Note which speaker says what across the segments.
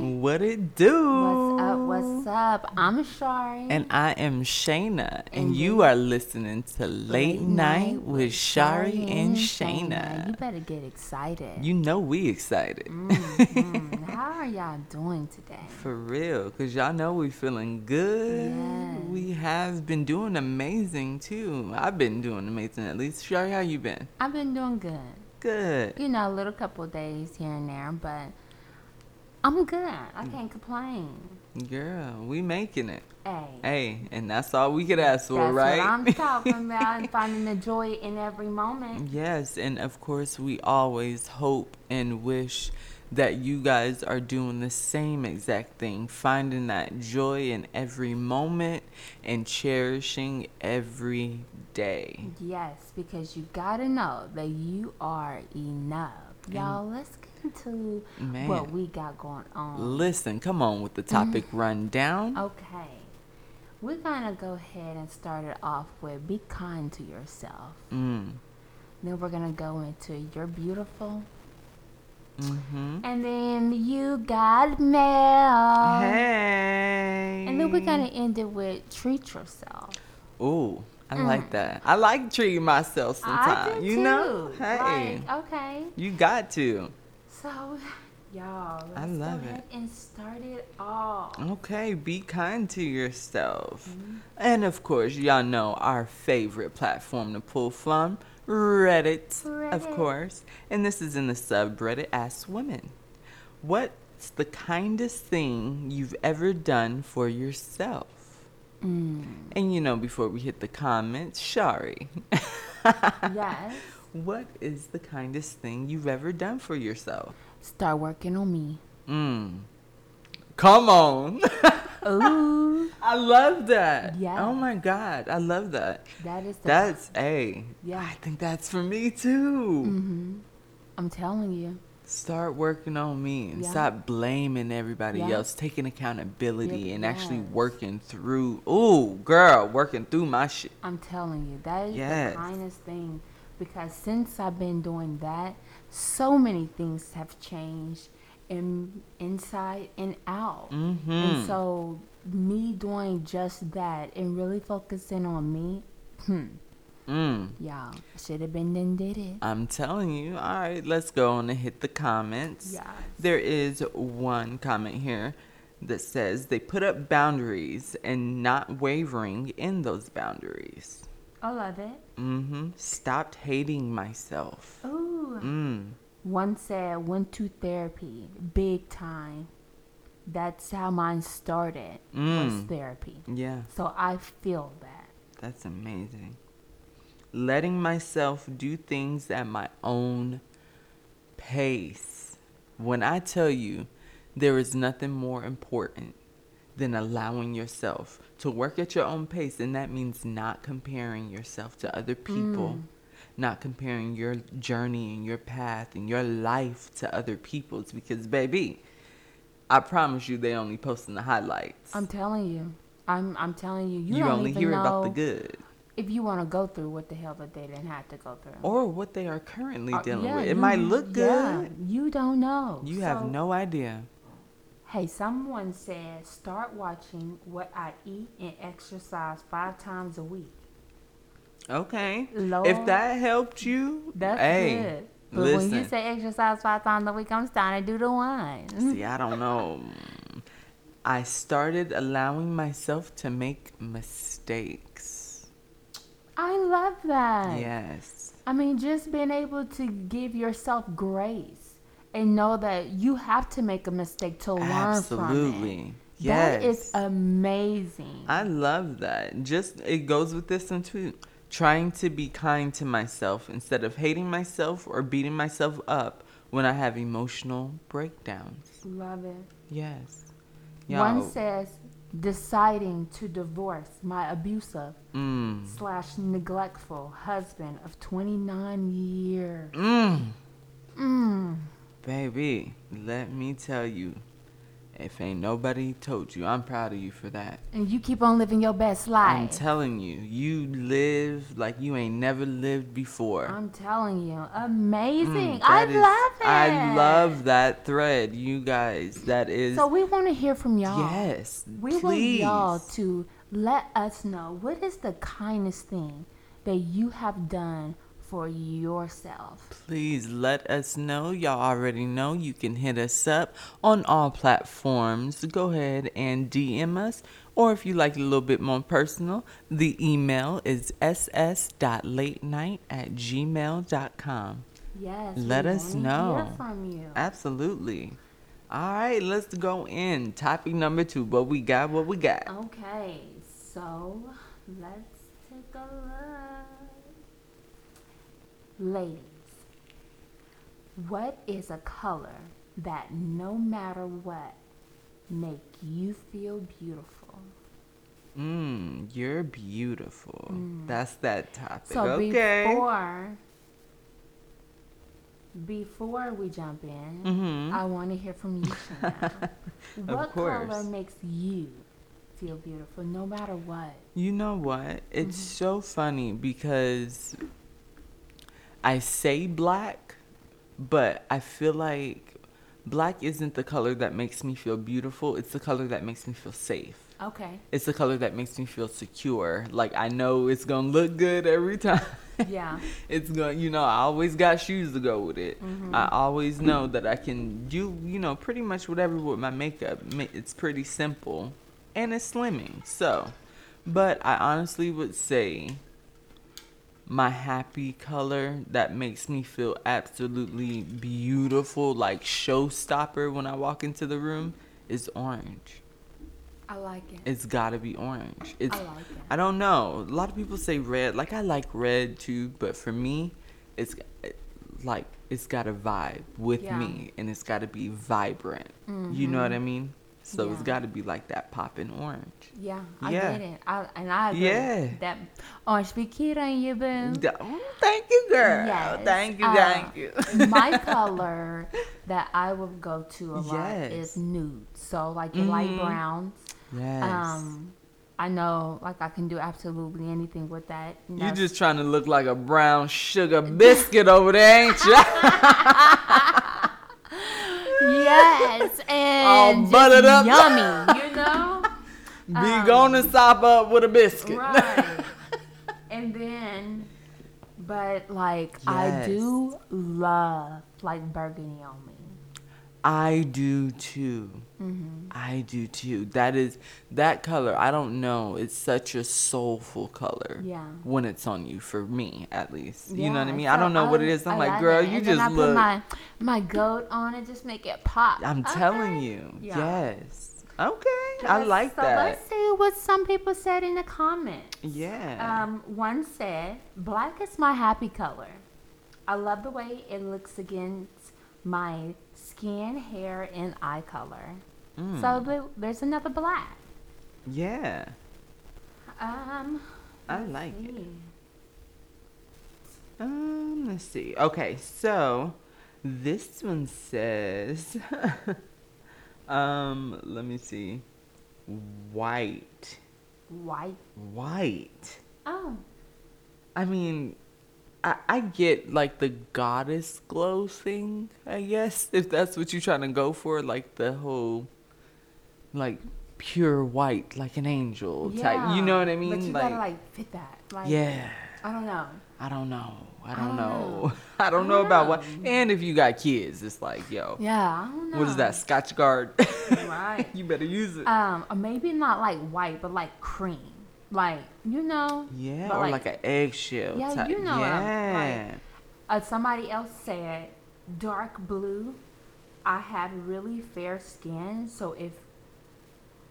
Speaker 1: it do?
Speaker 2: What's up? What's up? I'm Shari.
Speaker 1: And I am Shayna, and, you are listening to Late, Night, with Shari and Shayna.
Speaker 2: You better get excited.
Speaker 1: You know we excited
Speaker 2: Mm, How are y'all doing today?
Speaker 1: for real, cause y'all know we feeling good.
Speaker 2: Yes.
Speaker 1: We have been doing amazing too. I've been doing amazing at least. Shari, how you been?
Speaker 2: I've been doing good.
Speaker 1: Good.
Speaker 2: You know, a little couple of days here and there, but I'm good. I
Speaker 1: Mm.
Speaker 2: can't complain.
Speaker 1: Girl, we making it.
Speaker 2: Hey,
Speaker 1: Hey, and that's all we could ask for,
Speaker 2: that's
Speaker 1: right?
Speaker 2: what I'm talking about. finding the joy in every moment.
Speaker 1: Yes, and of course, we always hope and wish that you guys are doing the same exact thing, finding that joy in every moment and cherishing every day.
Speaker 2: Yes, because you gotta know that you are enough. Y'all, let's get into what
Speaker 1: Man.
Speaker 2: we Mm-hmm. got going on.
Speaker 1: Listen, come on with the topic
Speaker 2: Oh.
Speaker 1: rundown.
Speaker 2: Okay. We're going to go ahead and start it off with be kind to yourself.
Speaker 1: Mm.
Speaker 2: Then we're going to go into you're beautiful.
Speaker 1: Mm-hmm.
Speaker 2: And then you got mail.
Speaker 1: Hey.
Speaker 2: Um, And then we're going to end it with treat yourself.
Speaker 1: Ooh, I like that. I like treating myself sometimes.
Speaker 2: Mm. I do
Speaker 1: you
Speaker 2: too.
Speaker 1: know? Hey.
Speaker 2: Like, uh, okay.
Speaker 1: you got to.
Speaker 2: So, y'all, let's
Speaker 1: I love
Speaker 2: go
Speaker 1: it.
Speaker 2: ahead and start it off.
Speaker 1: Okay, be kind to yourself.
Speaker 2: Mm-hmm.
Speaker 1: And of course, y'all know our favorite platform to pull from Reddit, of
Speaker 2: Reddit.
Speaker 1: course. And this is in the subreddit Ask Women. What's the kindest thing you've ever done for yourself?
Speaker 2: Mm.
Speaker 1: And you know, before we hit the comments, Shari,
Speaker 2: yes.
Speaker 1: what is the kindest thing you've ever done for yourself?
Speaker 2: Start working on me.
Speaker 1: Mm. Come on.
Speaker 2: Ooh.
Speaker 1: I love that.
Speaker 2: Yeah.
Speaker 1: Oh my God. I love that.
Speaker 2: that is the
Speaker 1: That's a.
Speaker 2: Yeah.
Speaker 1: I think that's for me too.
Speaker 2: hmm I'm telling you.
Speaker 1: Start working on me and
Speaker 2: Yeah.
Speaker 1: stop blaming everybody
Speaker 2: Yeah.
Speaker 1: else. Taking accountability
Speaker 2: Yep,
Speaker 1: and actually
Speaker 2: yes.
Speaker 1: working through. Ooh, girl, working through my shit.
Speaker 2: I'm telling you, that is
Speaker 1: Yes.
Speaker 2: the kindest thing because since I've been doing that, so many things have changed in, inside and out.
Speaker 1: Mm-hmm.
Speaker 2: And so, me doing just that and really focusing on me, hmm,
Speaker 1: mm.
Speaker 2: y'all, should have been done did it.
Speaker 1: I'm telling you. All right, let's go on and hit the comments.
Speaker 2: Yes.
Speaker 1: There is one comment here that says they put up boundaries and not wavering in those boundaries.
Speaker 2: I love it.
Speaker 1: Mm-hmm. Stopped hating myself.
Speaker 2: Ooh.
Speaker 1: Mm.
Speaker 2: One said, went to therapy big time. That's how mine started was
Speaker 1: Mm.
Speaker 2: therapy.
Speaker 1: Yeah,
Speaker 2: So I feel that.
Speaker 1: that's amazing. Letting myself do things at my own pace. When I tell you there is nothing more important than allowing yourself to work at your own pace, and that means not comparing yourself to other people.
Speaker 2: Mm.
Speaker 1: Not comparing your journey and your path and your life to other people's because, baby, I promise you they only posting the highlights.
Speaker 2: I'm telling you. I'm I'm telling you. You,
Speaker 1: you
Speaker 2: don't
Speaker 1: only
Speaker 2: even
Speaker 1: hear
Speaker 2: know
Speaker 1: about the good
Speaker 2: if you want to go through what the hell that they didn't have to go through.
Speaker 1: or what they are currently
Speaker 2: Uh,
Speaker 1: dealing
Speaker 2: yeah,
Speaker 1: with. It
Speaker 2: you-
Speaker 1: might look good.
Speaker 2: yeah, you don't know.
Speaker 1: You have
Speaker 2: So,
Speaker 1: no idea.
Speaker 2: Hey, someone said start watching what I eat and exercise five times a week.
Speaker 1: Okay. If
Speaker 2: Lord.
Speaker 1: that helped you,
Speaker 2: That's
Speaker 1: hey,
Speaker 2: good. But
Speaker 1: listen.
Speaker 2: when you say exercise five times a week, I'm starting to do the one.
Speaker 1: See, I don't know. I started allowing myself to make mistakes.
Speaker 2: I love that.
Speaker 1: Yes.
Speaker 2: I mean, just being able to give yourself grace and know that you have to make a mistake to learn from it.
Speaker 1: Absolutely. Yes.
Speaker 2: That is amazing.
Speaker 1: I love that. Just it goes with this one too. Trying to be kind to myself instead of hating myself or beating myself up when I have emotional breakdowns.
Speaker 2: Love it.
Speaker 1: Yes.
Speaker 2: One says deciding to divorce my abusive
Speaker 1: mm,
Speaker 2: slash neglectful husband of 29 years.
Speaker 1: mm,
Speaker 2: Mm.
Speaker 1: baby, let me tell you, If ain't nobody told you, I'm proud of you for that.
Speaker 2: And you keep on living your best
Speaker 1: I'm
Speaker 2: life.
Speaker 1: telling you, you live like you ain't never lived before.
Speaker 2: I'm telling you, amazing.
Speaker 1: Mm,
Speaker 2: I
Speaker 1: that is-
Speaker 2: love it.
Speaker 1: I love that thread, you guys. That is
Speaker 2: So we want to hear from y'all.
Speaker 1: yes.
Speaker 2: We want
Speaker 1: please.
Speaker 2: y'all to let us know what is the kindest thing that you have done for yourself.
Speaker 1: Please let us know. Y'all already know you can hit us up on all platforms. Go ahead and DM us. Or if you like it a little bit more personal, the email is ss.latenight at gmail.com.
Speaker 2: Yes.
Speaker 1: Let
Speaker 2: we
Speaker 1: us
Speaker 2: wanna
Speaker 1: know.
Speaker 2: Hear from you.
Speaker 1: Absolutely. All right, let's go in. Topic number two. What we got, what we
Speaker 2: Uh.
Speaker 1: got.
Speaker 2: Okay, so let's take a look. Ladies, what is a color that no matter what make you feel beautiful?
Speaker 1: Mmm, you're beautiful. That's that topic.
Speaker 2: Mm. So
Speaker 1: okay.
Speaker 2: before before we jump in,
Speaker 1: Mhm.
Speaker 2: I want to hear from you. Chanel.
Speaker 1: Of
Speaker 2: what color
Speaker 1: course.
Speaker 2: makes you feel beautiful, no matter what?
Speaker 1: You know what? It's so funny because I say black, but I feel like black isn't the color that makes me feel beautiful. It's the color that makes me feel safe.
Speaker 2: Okay.
Speaker 1: It's the color that makes me feel secure. Like I know it's gonna look good every time.
Speaker 2: Yeah.
Speaker 1: it's going to you know i always got shoes to go with it i always know that i can do you know pretty much whatever with my makeup Ma- it's pretty simple and it's slimming so but i honestly would say my happy color that makes me feel absolutely beautiful like showstopper when i walk into the room is orange
Speaker 2: I like it.
Speaker 1: it's gotta be orange it's
Speaker 2: I like it.
Speaker 1: I don't know. A lot of people say red. Like I like red too, but for me, it's like it's got a vibe with
Speaker 2: Yeah. Mm-hmm.
Speaker 1: me, and it's got to be vibrant. You know what I mean? So it's
Speaker 2: Yeah.
Speaker 1: got to be like that popping orange.
Speaker 2: Yeah, I
Speaker 1: Yeah.
Speaker 2: get it. I, and I agree.
Speaker 1: Yeah.
Speaker 2: That orange bikini on you, boo.
Speaker 1: D- mm, Thank you, girl.
Speaker 2: Yes.
Speaker 1: Thank you,
Speaker 2: Uh,
Speaker 1: thank you.
Speaker 2: my color that I would go to a lot
Speaker 1: Yes.
Speaker 2: is nude. So like your light
Speaker 1: Mhm.
Speaker 2: browns.
Speaker 1: yes.
Speaker 2: Um, I know like I can do absolutely anything with that. And
Speaker 1: you
Speaker 2: that's-
Speaker 1: just trying to look like a brown sugar biscuit over there, ain't you?
Speaker 2: yes, and just
Speaker 1: buttered up.
Speaker 2: yummy, you know.
Speaker 1: Be gonna stop up with a biscuit.
Speaker 2: Um, Right. and then, but like I
Speaker 1: Yes.
Speaker 2: do love like burgundy on me.
Speaker 1: I do too. I do too. That is that color. I don't know. It's such a soulful color.
Speaker 2: Yeah.
Speaker 1: When it's on you, for me at least. you know what I
Speaker 2: Yeah,
Speaker 1: mean. I
Speaker 2: so
Speaker 1: don't know what it is. I'm
Speaker 2: I
Speaker 1: like,
Speaker 2: love
Speaker 1: girl,
Speaker 2: it.
Speaker 1: you
Speaker 2: And
Speaker 1: just
Speaker 2: then I Put
Speaker 1: look.
Speaker 2: my my goat on it, just make it pop.
Speaker 1: I'm
Speaker 2: Okay.
Speaker 1: telling you.
Speaker 2: Yeah.
Speaker 1: Yes. Okay. I
Speaker 2: Let's-
Speaker 1: like
Speaker 2: so
Speaker 1: that.
Speaker 2: Let's see what some people said in the comments.
Speaker 1: Yeah.
Speaker 2: Um, one said, "Black is my happy color. I love the way it looks against my skin, hair, and eye color." um,
Speaker 1: Hmm.
Speaker 2: So th- there's another black.
Speaker 1: Mm. yeah.
Speaker 2: Um, hmm.
Speaker 1: I like it.
Speaker 2: see.
Speaker 1: Um, let's see. Okay, so this one says, um, let me see. White.
Speaker 2: white.
Speaker 1: White.
Speaker 2: Oh,
Speaker 1: I mean, I, I get like the goddess glow thing, I guess, if that's what you're trying to go for, like the whole, like, pure white, like an angel type. You
Speaker 2: yeah.
Speaker 1: know what I mean?
Speaker 2: But you gotta like fit that. Like,
Speaker 1: yeah.
Speaker 2: I don't know.
Speaker 1: I don't know. I
Speaker 2: don't
Speaker 1: don't
Speaker 2: know.
Speaker 1: know. I don't know about what. And if you got kids, it's like, yo,
Speaker 2: Oh. Yeah, I don't know.
Speaker 1: what is that Scotch guard?
Speaker 2: Right.
Speaker 1: you better use it.
Speaker 2: Um, or maybe not like white, but like cream. Like you know.
Speaker 1: yeah,
Speaker 2: but
Speaker 1: or like, an eggshell.
Speaker 2: Yeah,
Speaker 1: type.
Speaker 2: you know what I'm- like-
Speaker 1: Yeah.
Speaker 2: uh, somebody else said dark blue. I have really fair skin, so if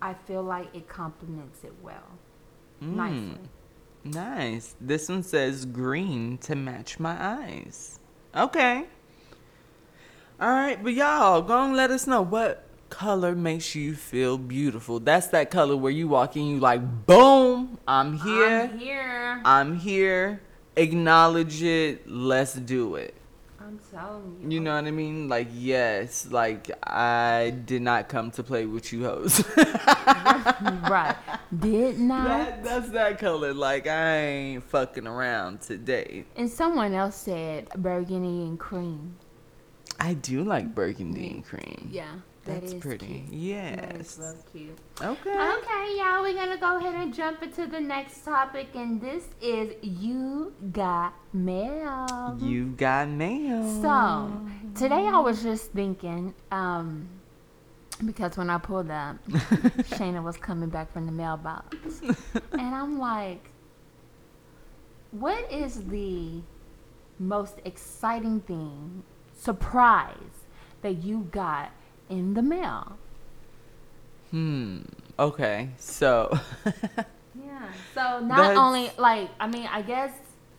Speaker 2: I feel like it complements it well,
Speaker 1: Hmm.
Speaker 2: nicely.
Speaker 1: Nice. This one says green to match my eyes. Okay. All right, but y'all, go and let us know what color makes you feel beautiful. That's that color where you walk in, you like, boom, I'm here.
Speaker 2: I'm here.
Speaker 1: I'm here. Acknowledge it. Let's do it.
Speaker 2: I I'm telling you.
Speaker 1: You know what I mean? Like, yes, like I did not come to play with you hoes.
Speaker 2: right. Did not.
Speaker 1: that, that's that color. Like, I ain't fucking around today.
Speaker 2: And someone else said burgundy and cream.
Speaker 1: I do like burgundy and cream.
Speaker 2: Mm-hmm. Yeah. that
Speaker 1: That's
Speaker 2: is
Speaker 1: pretty.
Speaker 2: Cute. That is
Speaker 1: Yes.
Speaker 2: real cute.
Speaker 1: Okay.
Speaker 2: Okay, y'all, we're gonna go ahead and jump into the next topic, and this is You Got Mail.
Speaker 1: You got mail.
Speaker 2: So today I was just thinking, um, because when I pulled up, Shayna was coming back from the mailbox, and I'm like, what is the most exciting thing, surprise that you got in the mail?
Speaker 1: Hmm. Okay. So,
Speaker 2: Yeah. So not
Speaker 1: That's-
Speaker 2: only like I mean I guess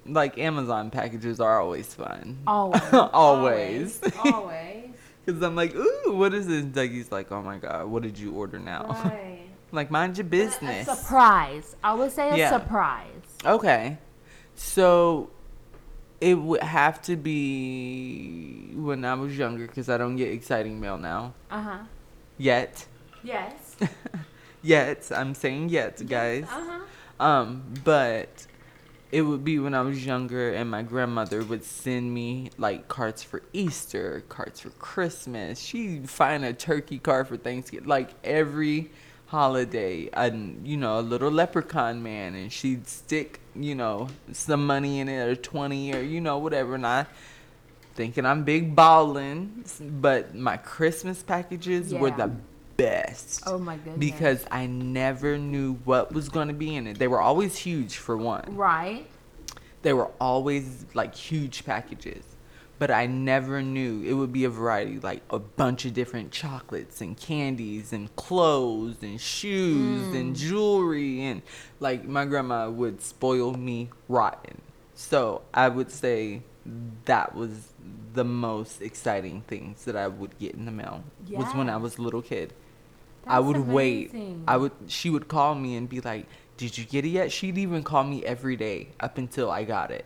Speaker 1: like Amazon packages are always fun.
Speaker 2: always
Speaker 1: Always.
Speaker 2: always
Speaker 1: Because I'm like, ooh, what is this? Dougie's like, oh my God, what did you order now?
Speaker 2: right.
Speaker 1: like, mind your business.
Speaker 2: A surprise. I would say a
Speaker 1: Yeah.
Speaker 2: surprise.
Speaker 1: Okay. So it would have to be when I was younger because I don't get exciting mail now.
Speaker 2: Uh huh.
Speaker 1: Yet.
Speaker 2: Yes.
Speaker 1: Yet. I'm saying yet, guys.
Speaker 2: Uh
Speaker 1: Um, but it would be when I was younger and my grandmother would send me like cards for Easter, cards for Christmas. She'd find a turkey card for Thanksgiving, like every holiday, and you know, a little leprechaun man, and she'd stick, you know, some money in it or 20 or you know, whatever. And I thinking I'm big ballin', but my Christmas packages were
Speaker 2: Yeah.
Speaker 1: the best
Speaker 2: Oh my goodness.
Speaker 1: because I never knew what was going to be in it. They were always huge for one.
Speaker 2: Right.
Speaker 1: They were always like huge packages. But I never knew it would be a variety, like a bunch of different chocolates and candies and clothes and shoes and
Speaker 2: Mm.
Speaker 1: jewelry. And like my grandma would spoil me rotten. So I would say that was the most exciting things that I would get in the mail was when I
Speaker 2: Yes.
Speaker 1: was a little kid. I
Speaker 2: That's
Speaker 1: would
Speaker 2: amazing.
Speaker 1: wait. I would. She would call me and be like, "Did you get it yet?" She'd even call me every day up until I got it,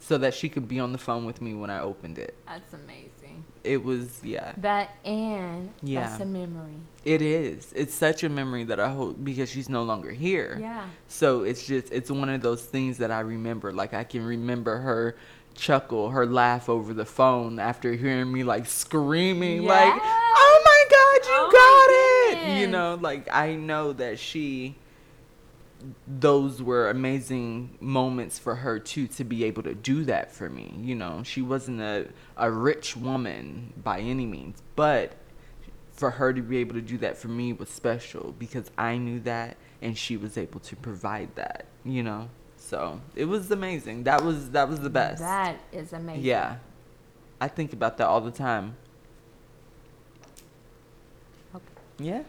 Speaker 1: so that she could be on the phone with me when I opened it.
Speaker 2: That's amazing.
Speaker 1: It was yeah.
Speaker 2: That and
Speaker 1: Yeah.
Speaker 2: that's a memory.
Speaker 1: It is. It's such a memory that I hold because she's no longer here.
Speaker 2: Yeah.
Speaker 1: So it's just it's one of those things that I remember. Like I can remember her chuckle, her laugh over the phone after hearing me like screaming like,
Speaker 2: Yes.
Speaker 1: "Oh my god, you
Speaker 2: Oh my
Speaker 1: got it." You
Speaker 2: goodness.
Speaker 1: know, like I know that she those were amazing moments for her too to be able to do that for me. You know, she wasn't a, a rich woman by any means, but for her to be able to do that for me was special because I knew that and she was able to provide that, you know. So, it was amazing. That was that was the best.
Speaker 2: That is amazing.
Speaker 1: yeah. I think about that all the time.
Speaker 2: Okay.
Speaker 1: Yeah.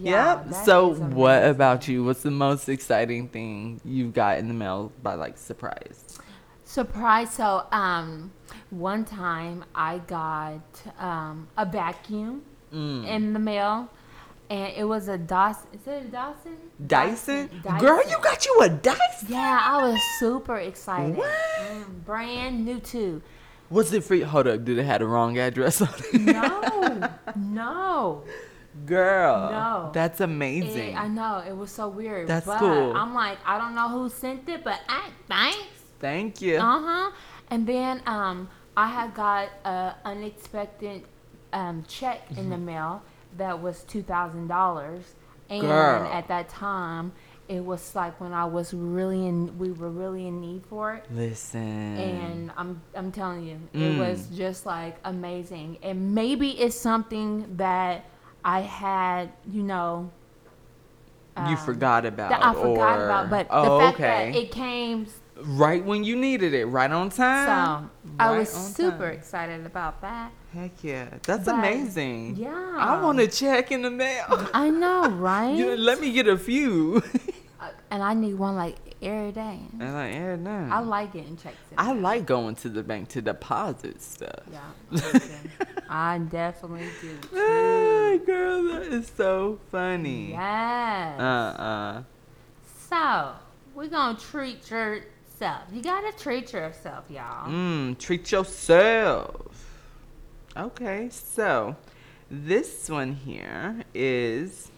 Speaker 2: Yeah,
Speaker 1: yep.
Speaker 2: that
Speaker 1: So,
Speaker 2: is
Speaker 1: what
Speaker 2: amazing.
Speaker 1: about you? What's the most exciting thing you got in the mail by like surprise?
Speaker 2: Surprise. So, um, one time I got um, a vacuum
Speaker 1: Mm.
Speaker 2: in the mail, and it was a Dawson. Is it a Dawson?
Speaker 1: Dyson?
Speaker 2: Dyson.
Speaker 1: Girl, you got you a Dyson?
Speaker 2: Yeah, I was super excited.
Speaker 1: What?
Speaker 2: Mm, brand new too.
Speaker 1: Was it free? Hold up, did it have the wrong address on it?
Speaker 2: No, no.
Speaker 1: Girl.
Speaker 2: No.
Speaker 1: That's
Speaker 2: It-
Speaker 1: amazing.
Speaker 2: I know it was so weird.
Speaker 1: That's
Speaker 2: but
Speaker 1: cool.
Speaker 2: I'm like, I don't know who sent it, but I thanks.
Speaker 1: Thank you.
Speaker 2: Uh huh. And then um, I had got a unexpected um, check in
Speaker 1: Mm-hmm.
Speaker 2: the mail that was two thousand dollars, and
Speaker 1: Girl.
Speaker 2: at that time, it was like when I was really in, we were really in need for it.
Speaker 1: Listen.
Speaker 2: And I'm I'm telling you, it
Speaker 1: Mm.
Speaker 2: was just like amazing. And maybe it's something that I had, you know,
Speaker 1: you
Speaker 2: um,
Speaker 1: forgot about.
Speaker 2: that I forgot
Speaker 1: Uh, or-
Speaker 2: about. But
Speaker 1: oh,
Speaker 2: the fact
Speaker 1: okay.
Speaker 2: that it came
Speaker 1: right when you needed it, right on
Speaker 2: So
Speaker 1: time.
Speaker 2: I
Speaker 1: Uh, Right
Speaker 2: was
Speaker 1: on
Speaker 2: super
Speaker 1: time.
Speaker 2: excited about that.
Speaker 1: Heck yeah, that's
Speaker 2: But,
Speaker 1: amazing.
Speaker 2: yeah.
Speaker 1: I want to check in the mail.
Speaker 2: I know, right?
Speaker 1: You- Let me get a few.
Speaker 2: Uh, and I need one like every day.
Speaker 1: and like, yeah, no.
Speaker 2: I like getting checks. in.
Speaker 1: Mm. I like going to the bank to deposit stuff.
Speaker 2: Yeah, listen, I definitely do. Too.
Speaker 1: Ah, girl, that is so funny.
Speaker 2: Yes.
Speaker 1: Uh uh
Speaker 2: so we're gonna treat your yourself. You gotta treat yourself, y'all.
Speaker 1: Mm, treat yourself. Okay, so this one here is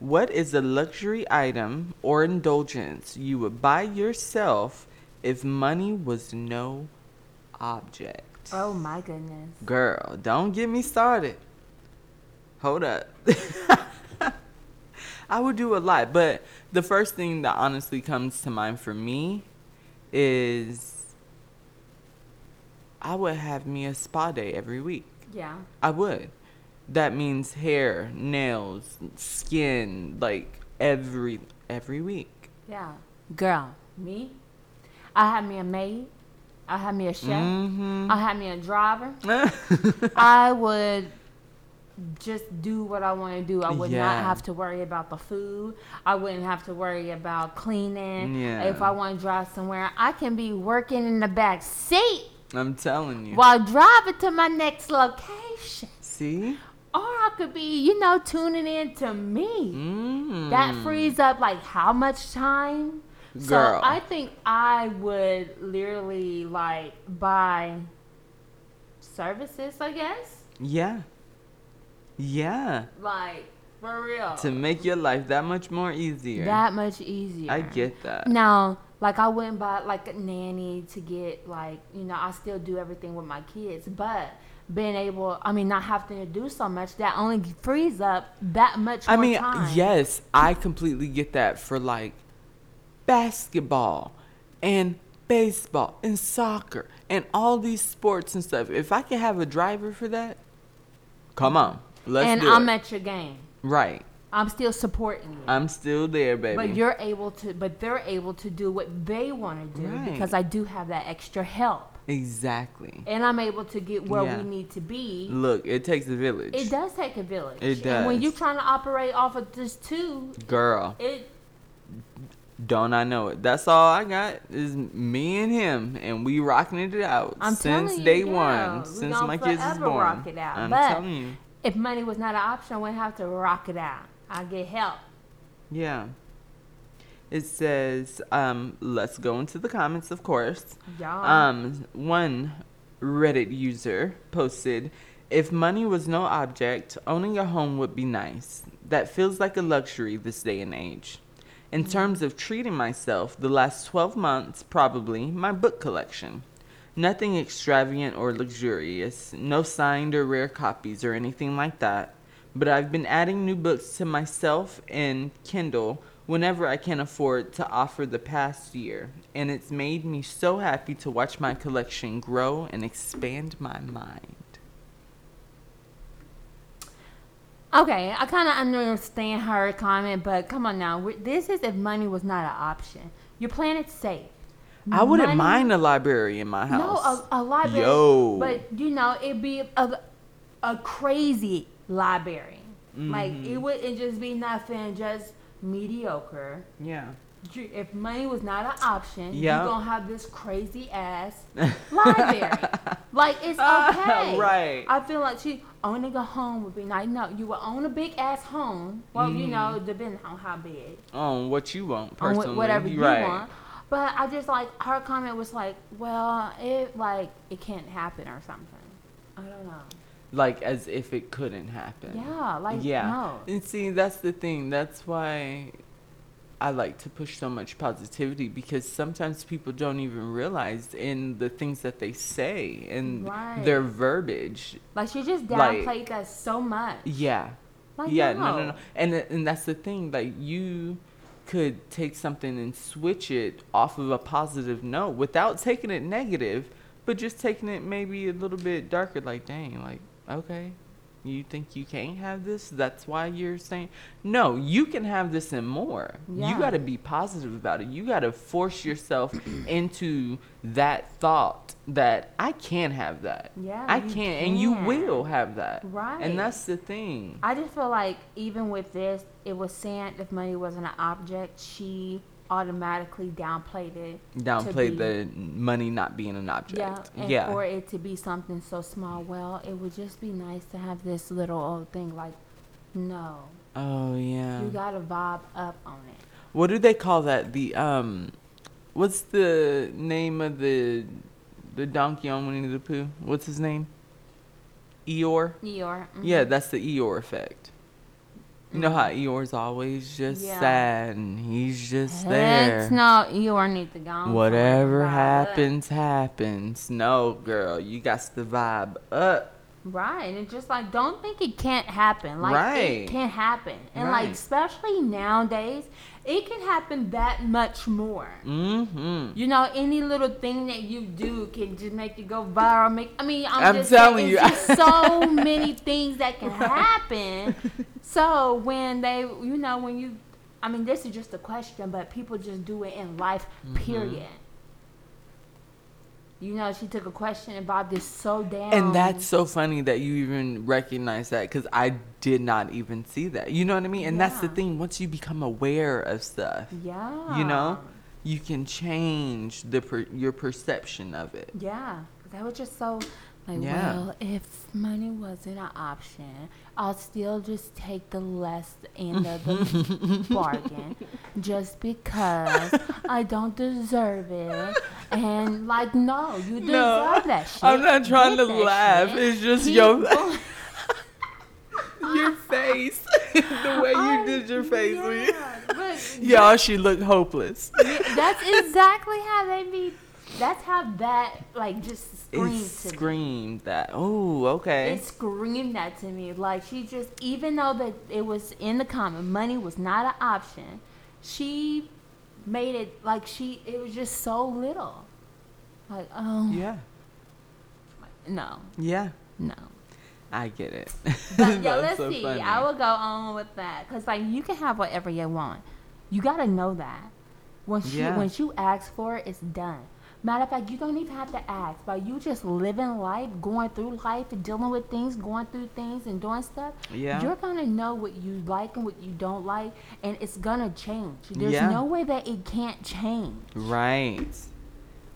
Speaker 1: what is a luxury item or indulgence you would buy yourself if money was no object?
Speaker 2: Oh my goodness.
Speaker 1: Girl, don't get me started. Hold up. I would do a lot, but the first thing that honestly comes to mind for me is I would have me a spa day every week.
Speaker 2: Yeah.
Speaker 1: I would. That means hair, nails, skin, like every every week.
Speaker 2: Yeah. Girl, me? I had me a maid. I had me a chef.
Speaker 1: Mhm.
Speaker 2: I had me a driver. I would just do what I want to do. I would
Speaker 1: Yeah.
Speaker 2: not have to worry about the food. I wouldn't have to worry about cleaning.
Speaker 1: Yeah.
Speaker 2: If I want to drive somewhere, I can be working in the back seat
Speaker 1: I'm telling you.
Speaker 2: while driving to my next location.
Speaker 1: See?
Speaker 2: Or I could be, you know, tuning in to me.
Speaker 1: Mm.
Speaker 2: That frees up like how much time?
Speaker 1: Girl.
Speaker 2: So I think I would literally like buy services, I guess.
Speaker 1: Yeah. Yeah.
Speaker 2: Like for real.
Speaker 1: To make your life that much more easier.
Speaker 2: that much easier.
Speaker 1: I get that.
Speaker 2: Now, like I wouldn't buy like a nanny to get like, you know, I still do everything with my kids, but being able, I mean, not having to do so much, that only frees up that much
Speaker 1: I
Speaker 2: more
Speaker 1: mean,
Speaker 2: time.
Speaker 1: yes, I completely get that for like basketball and baseball and soccer and all these sports and stuff. If I can have a driver for that, come on. Let's
Speaker 2: and
Speaker 1: do
Speaker 2: I'm
Speaker 1: it.
Speaker 2: at your game.
Speaker 1: right.
Speaker 2: I'm still supporting you.
Speaker 1: I'm still there, baby.
Speaker 2: But you're able to, but they're able to do what they want to do
Speaker 1: Right.
Speaker 2: because I do have that extra help,
Speaker 1: exactly.
Speaker 2: and I'm able to get where
Speaker 1: Yeah.
Speaker 2: we need to be.
Speaker 1: Look, it takes a village.
Speaker 2: It does take a village.
Speaker 1: It
Speaker 2: And when
Speaker 1: does.
Speaker 2: you're trying to operate off of just two,
Speaker 1: Girl,
Speaker 2: it
Speaker 1: don't I know it? That's all I got is me and him, and we rocking it out
Speaker 2: I'm
Speaker 1: since
Speaker 2: telling you,
Speaker 1: day
Speaker 2: yeah,
Speaker 1: one,
Speaker 2: we
Speaker 1: since
Speaker 2: gonna
Speaker 1: my kids is
Speaker 2: forever
Speaker 1: born.
Speaker 2: rock it out,
Speaker 1: I'm
Speaker 2: but-
Speaker 1: telling you,
Speaker 2: if money was not an option, I wouldn't have to rock it out. I get help.
Speaker 1: yeah. It says, um, let's go into the comments, of course.
Speaker 2: Y'all,
Speaker 1: Um, one Reddit user posted, "If money was no object, owning a home would be nice. That feels like a luxury this day and age. In terms of treating myself, the last 12 months probably my book collection. Nothing extravagant or luxurious, no signed or rare copies or anything like that." But I've been adding new books to myself and Kindle whenever I can afford to offer the past year, and it's made me so happy to watch my collection grow and expand my mind.
Speaker 2: okay, I kind of understand her comment, but come on now, we- this is if money was not an option. You're playing it safe.
Speaker 1: I wouldn't
Speaker 2: Money-
Speaker 1: mind a library in my
Speaker 2: No,
Speaker 1: house.
Speaker 2: a, a library.
Speaker 1: Yo.
Speaker 2: But you know, it'd be a, a crazy library. Like
Speaker 1: Mm-hmm.
Speaker 2: it wouldn't just be nothing, just mediocre.
Speaker 1: yeah.
Speaker 2: You- If money was not an option,
Speaker 1: Yeah.
Speaker 2: you're gonna have this crazy ass library. like it's
Speaker 1: Ah,
Speaker 2: okay.
Speaker 1: right.
Speaker 2: I feel like she owning a home would be nice. No, you would own a big ass home. Well, you
Speaker 1: Mm-hmm.
Speaker 2: know, depending on how big
Speaker 1: On what you want
Speaker 2: on
Speaker 1: personally.
Speaker 2: wh- whatever you
Speaker 1: right.
Speaker 2: want. But I just like her comment was like, well, it like it can't happen or something. I don't know.
Speaker 1: Like as if it couldn't happen.
Speaker 2: Yeah, like no.
Speaker 1: And see, that's the thing. That's why I like to push so much positivity because sometimes people don't even realize in the things that they say and
Speaker 2: Right.
Speaker 1: their verbiage.
Speaker 2: Like she just
Speaker 1: Like-
Speaker 2: downplayed that so much.
Speaker 1: Yeah.
Speaker 2: Like
Speaker 1: yeah,
Speaker 2: no.
Speaker 1: no, no, no. And and that's the thing. Like you could take something and switch it off of a positive note without taking it negative, but just taking it maybe a little bit darker. Like, dang, like okay, you think you can't have this? That's why you're saying no. You can have this and more. You
Speaker 2: Yeah.
Speaker 1: got to be positive about it. You got to force yourself into that thought that I can have that.
Speaker 2: Yeah,
Speaker 1: I
Speaker 2: you
Speaker 1: can, and you
Speaker 2: can.
Speaker 1: will have that.
Speaker 2: Right.
Speaker 1: And that's the thing.
Speaker 2: I just feel like even with this, it was saying if money wasn't an object, she automatically downplayed it. to
Speaker 1: downplay
Speaker 2: be-
Speaker 1: the money not being an
Speaker 2: Yeah,
Speaker 1: object.
Speaker 2: and
Speaker 1: Yeah.
Speaker 2: for it to be something so small, well, it would just be nice to have this little old thing. Like, no,
Speaker 1: oh yeah.
Speaker 2: you gotta vibe up on it.
Speaker 1: what do they call that? The um What's the name of the the donkey on Winnie the Pooh? What's his name? Eeyore.
Speaker 2: Eeyore. mhm.
Speaker 1: Yeah, that's the Eeyore effect. You know how Eeyore's always just
Speaker 2: Mm-hmm. Yeah.
Speaker 1: sad and he's just
Speaker 2: Heck
Speaker 1: there.
Speaker 2: no, Eeyore need to go. on
Speaker 1: Whatever
Speaker 2: somewhere.
Speaker 1: happens, happens. No, girl, you got the vibe up.
Speaker 2: Right, and it's just like don't think it can't happen. Like
Speaker 1: Right.
Speaker 2: it can happen, and
Speaker 1: Right.
Speaker 2: like especially nowadays, it can happen that much more.
Speaker 1: Mm-hmm.
Speaker 2: You know, any little thing that you do can just make you go viral. Make I mean, I'm,
Speaker 1: I'm
Speaker 2: just
Speaker 1: telling
Speaker 2: saying,
Speaker 1: you.
Speaker 2: it's just so many things that can happen. So when they, you know, when you, I mean, this is just a question, but people just do it in life.
Speaker 1: Mm-hmm.
Speaker 2: Period. You know, she took a question about this so damn.
Speaker 1: And that's so funny that you even recognize that because I did not even see that. You know what I mean? And that's the
Speaker 2: Yeah.
Speaker 1: thing. Once you become aware of stuff,
Speaker 2: yeah.
Speaker 1: you know, you can change the per- your perception of it.
Speaker 2: Yeah, that was just so like,
Speaker 1: Yeah.
Speaker 2: well, if money wasn't an option, I'll still just take the less end of the bargain just because I don't deserve it. And like, no, you deserve
Speaker 1: No,
Speaker 2: that shit.
Speaker 1: I'm not trying
Speaker 2: Get
Speaker 1: to
Speaker 2: that
Speaker 1: laugh.
Speaker 2: shit.
Speaker 1: It's just
Speaker 2: Keep
Speaker 1: your
Speaker 2: going.
Speaker 1: your face, the way you did your face. when
Speaker 2: Oh,
Speaker 1: you-
Speaker 2: Yeah, but
Speaker 1: Y'all, she looked hopeless.
Speaker 2: that's exactly how they be. That's how that like just
Speaker 1: It
Speaker 2: screams to me.
Speaker 1: screamed that. Oh, okay.
Speaker 2: It screamed that to me. Like she just, even though that it was in the comment, money was not an option. She made it like she. It was just so little. Like oh
Speaker 1: yeah,
Speaker 2: no
Speaker 1: yeah.
Speaker 2: no.
Speaker 1: I get it.
Speaker 2: But yeah,
Speaker 1: That's
Speaker 2: let's
Speaker 1: so
Speaker 2: see.
Speaker 1: funny.
Speaker 2: I will go on with that because like you can have whatever you want. You gotta know that. When she
Speaker 1: Yeah.
Speaker 2: when you ask for it, it's done. Matter of fact, you don't even have to ask, but you just living life, going through life, dealing with things, going through things, and doing stuff.
Speaker 1: Yeah.
Speaker 2: You're gonna know what you like and what you don't like, and it's gonna change. There's
Speaker 1: Yeah.
Speaker 2: no way that it can't change.
Speaker 1: Right.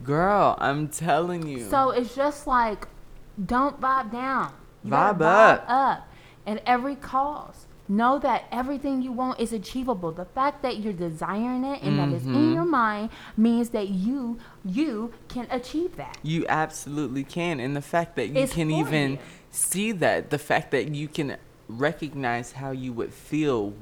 Speaker 1: Girl, I'm telling you.
Speaker 2: So it's just like, don't vibe down. You
Speaker 1: Vibe
Speaker 2: gotta
Speaker 1: up.
Speaker 2: up at every cost. Know that everything you want is achievable. The fact that you're desiring it and that it's
Speaker 1: Mm-hmm.
Speaker 2: in your mind means that you you can achieve that.
Speaker 1: you absolutely can. And the fact that you
Speaker 2: It's
Speaker 1: can
Speaker 2: for
Speaker 1: even
Speaker 2: you.
Speaker 1: see that, the fact that you can recognize how you would feel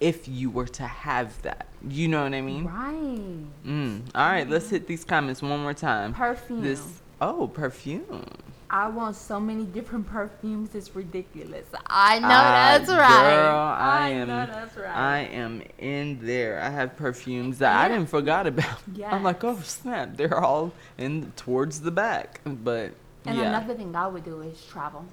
Speaker 1: if you were to have that. You know what I mean?
Speaker 2: Right. Mm-hmm.
Speaker 1: Mm. All right, let's hit these comments one more time.
Speaker 2: Perfume.
Speaker 1: This oh, perfume.
Speaker 2: I want so many different perfumes. It's ridiculous. I know
Speaker 1: I-
Speaker 2: that's right.
Speaker 1: Ah, Girl, I, am
Speaker 2: know that's right.
Speaker 1: I am in there. I have perfumes that I
Speaker 2: Yeah.
Speaker 1: didn't forgot about. I'm like, oh
Speaker 2: Yes.
Speaker 1: snap, they're all in towards the back. But
Speaker 2: and
Speaker 1: yeah.
Speaker 2: another thing I would do is travel.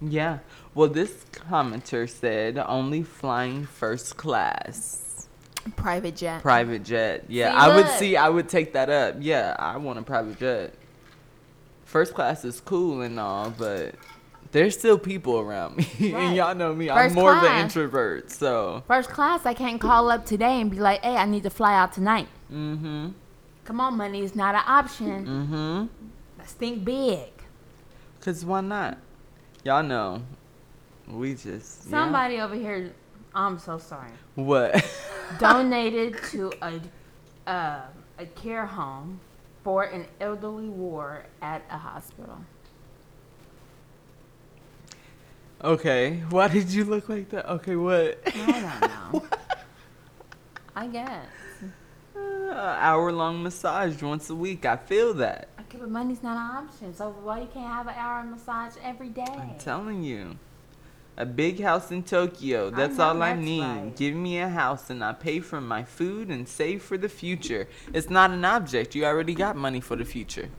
Speaker 1: Yeah. Well, this commenter said only flying first class,
Speaker 2: Private jet.
Speaker 1: private jet. Yeah,
Speaker 2: See,
Speaker 1: I would
Speaker 2: look.
Speaker 1: see. I would take that up. Yeah, I want a private jet. First class is cool and all, but there's still people around me,
Speaker 2: Right.
Speaker 1: and y'all know me. I'm
Speaker 2: First
Speaker 1: more of an
Speaker 2: class.
Speaker 1: introvert, so.
Speaker 2: First class, I can't call up today and be like, hey, I need to fly out tonight.
Speaker 1: Mhm.
Speaker 2: Come on, money is not an option.
Speaker 1: Mhm.
Speaker 2: Let's think big.
Speaker 1: Cause why not? Y'all know, we just yeah.
Speaker 2: Somebody over here, I'm so sorry,
Speaker 1: What?
Speaker 2: donated to a, uh, a care home for an elderly ward at a hospital.
Speaker 1: okay. Why did you look like that? Okay. What?
Speaker 2: I don't know. I guess.
Speaker 1: hour long Uh, massage once a week. I feel that.
Speaker 2: Okay, but money's not an option. So why you can't have an hour massage every day?
Speaker 1: I'm telling you. A big house in Tokyo. That's
Speaker 2: know
Speaker 1: all I
Speaker 2: that's
Speaker 1: need.
Speaker 2: right.
Speaker 1: Give me a house and I pay for my food and save for the future. It's not an object. You already got money for the future.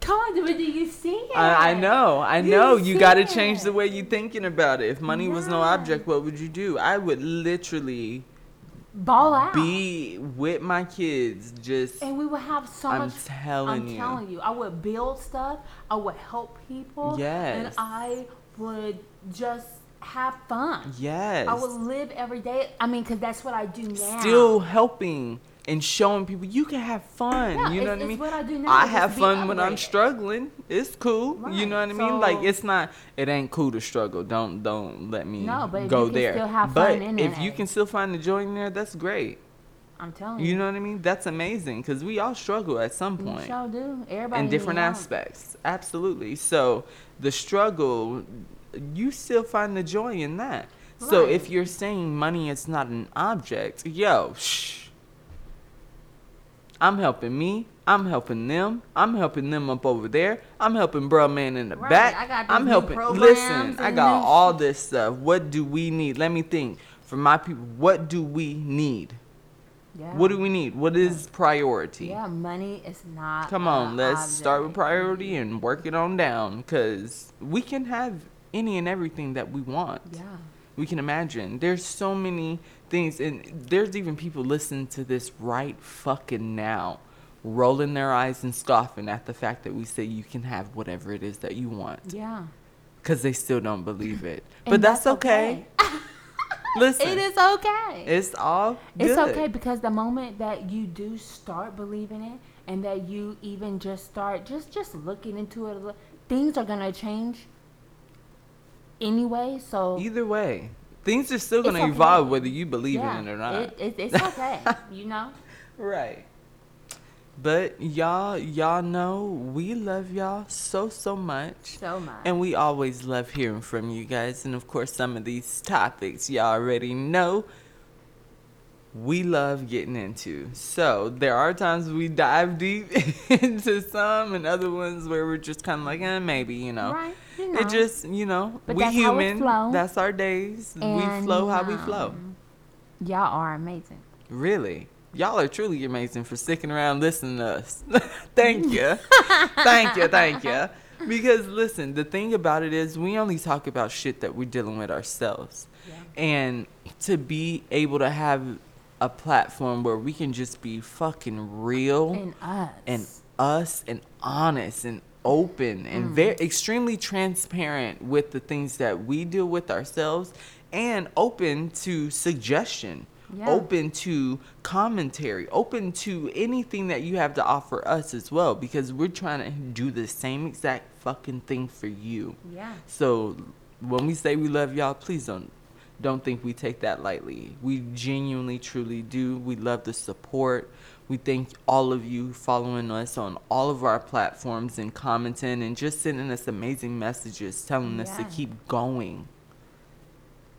Speaker 2: Come on, but do you see it?
Speaker 1: I, I know. I
Speaker 2: You
Speaker 1: know. You
Speaker 2: see
Speaker 1: got to change
Speaker 2: it.
Speaker 1: the way you're thinking about it. If money was no
Speaker 2: Yeah.
Speaker 1: object, what would you do? I would literally
Speaker 2: Ball out.
Speaker 1: be with my kids just.
Speaker 2: And we would have so
Speaker 1: I'm
Speaker 2: much.
Speaker 1: telling
Speaker 2: I'm
Speaker 1: you.
Speaker 2: telling you, I would build stuff. I would help people.
Speaker 1: Yes.
Speaker 2: And I would just have fun.
Speaker 1: Yes.
Speaker 2: I would live every day. I mean, because that's what I do now.
Speaker 1: still helping and showing people you can have fun.
Speaker 2: Yeah,
Speaker 1: you
Speaker 2: it's-
Speaker 1: know what I
Speaker 2: it's
Speaker 1: mean?
Speaker 2: what I do now,
Speaker 1: I
Speaker 2: just
Speaker 1: have
Speaker 2: be
Speaker 1: fun when I'm
Speaker 2: upgraded.
Speaker 1: struggling. It's cool. You know what I
Speaker 2: Right,
Speaker 1: mean? like
Speaker 2: so-
Speaker 1: it's not. It ain't cool to struggle. Don't don't let me
Speaker 2: No, but if
Speaker 1: go
Speaker 2: you can
Speaker 1: there.
Speaker 2: still have
Speaker 1: but
Speaker 2: fun in
Speaker 1: if
Speaker 2: it.
Speaker 1: you can still find the joy in there, that's great.
Speaker 2: I'm telling you.
Speaker 1: You know what I mean? That's amazing because we all struggle at some
Speaker 2: You
Speaker 1: point
Speaker 2: Mm. sure do. Everybody
Speaker 1: in different
Speaker 2: need help.
Speaker 1: aspects. Absolutely. So the struggle, you still find the joy in that. So
Speaker 2: Right.
Speaker 1: if you're saying money is not an object, yo, shh. I'm helping me. I'm helping them. I'm helping them up over there. I'm helping bruh man in the
Speaker 2: Right,
Speaker 1: back.
Speaker 2: I got
Speaker 1: I'm
Speaker 2: these new
Speaker 1: helping.
Speaker 2: programs
Speaker 1: Listen, I
Speaker 2: and
Speaker 1: got
Speaker 2: this-
Speaker 1: all this stuff. What do we need? Let me think. For my people, what do we need?
Speaker 2: Yeah.
Speaker 1: What do we need? What is priority?
Speaker 2: Yeah, money is not.
Speaker 1: Come
Speaker 2: a
Speaker 1: on, let's start with
Speaker 2: object.
Speaker 1: priority and work it on down because we can have any and everything that we want.
Speaker 2: Yeah.
Speaker 1: We can imagine. There's so many things, and there's even people listening to this right fucking now, rolling their eyes and scoffing at the fact that we say you can have whatever it is that you want
Speaker 2: Yeah.
Speaker 1: because they still don't believe it.
Speaker 2: And Ah,
Speaker 1: but that's, okay. Listen,
Speaker 2: It is okay.
Speaker 1: It's all
Speaker 2: It's
Speaker 1: good.
Speaker 2: okay because the moment that you do start believing it and that you even just start just just looking into it, a li- things are gonna change anyway. So
Speaker 1: Either way, things are still
Speaker 2: It's
Speaker 1: going to
Speaker 2: okay.
Speaker 1: evolve whether you believe in it or not.
Speaker 2: it, it, it's okay. you know,
Speaker 1: Right. But y'all, y'all know we love y'all so so much.
Speaker 2: so much.
Speaker 1: And we always love hearing from you guys. And of course, some of these topics y'all already know we love getting into. So there are times we dive deep into some, and other ones where we're just kind of like, eh, maybe, you know.
Speaker 2: Right, you know.
Speaker 1: It just, you know,
Speaker 2: But
Speaker 1: we
Speaker 2: that's how it
Speaker 1: human.
Speaker 2: flow.
Speaker 1: That's our days. we
Speaker 2: And,
Speaker 1: flow how we flow.
Speaker 2: um, Y'all are amazing.
Speaker 1: Really? Y'all are truly amazing for sticking around listening to us. thank you. thank you. Thank you. Because listen, the thing about it is we only talk about shit that we're dealing with ourselves.
Speaker 2: Yeah.
Speaker 1: And to be able to have a platform where we can just be fucking real
Speaker 2: And us.
Speaker 1: Oh, and us and honest and open and very extremely transparent with the things that we deal with ourselves and open to suggestion
Speaker 2: Yeah.
Speaker 1: open to commentary open to anything that you have to offer us as well because we're trying to do the same exact fucking thing for you
Speaker 2: yeah.
Speaker 1: so when we say we love y'all, please don't don't think we take that lightly. We genuinely truly do. We love the support. We thank all of you following us on all of our platforms and commenting and just sending us amazing messages telling us to
Speaker 2: Yeah.
Speaker 1: keep going.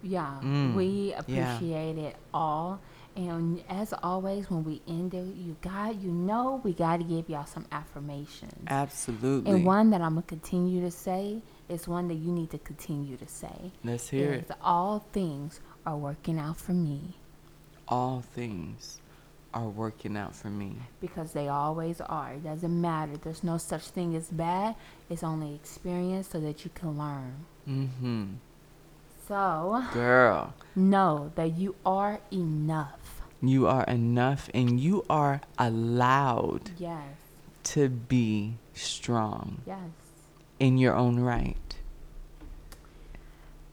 Speaker 2: Yeah,
Speaker 1: Mm,
Speaker 2: we
Speaker 1: yeah.
Speaker 2: appreciate it all. And as always, when we end it, you got you know we got to give y'all some affirmations.
Speaker 1: Absolutely.
Speaker 2: And one that I'm gonna continue to say is one that you need to continue to say.
Speaker 1: Let's hear it.
Speaker 2: is, All things are working out for me
Speaker 1: All things are working out for me.
Speaker 2: because they always are. It doesn't matter. There's no such thing as bad. It's only experience so that you can learn.
Speaker 1: Mhm.
Speaker 2: So
Speaker 1: Girl.
Speaker 2: know that you are enough.
Speaker 1: You are enough and you are allowed
Speaker 2: Yes.
Speaker 1: to be strong
Speaker 2: Yes.
Speaker 1: in your own right.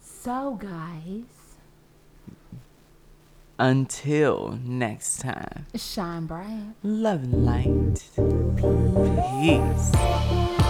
Speaker 2: So, guys,
Speaker 1: Until next time,
Speaker 2: shine bright.
Speaker 1: love and light. Peace.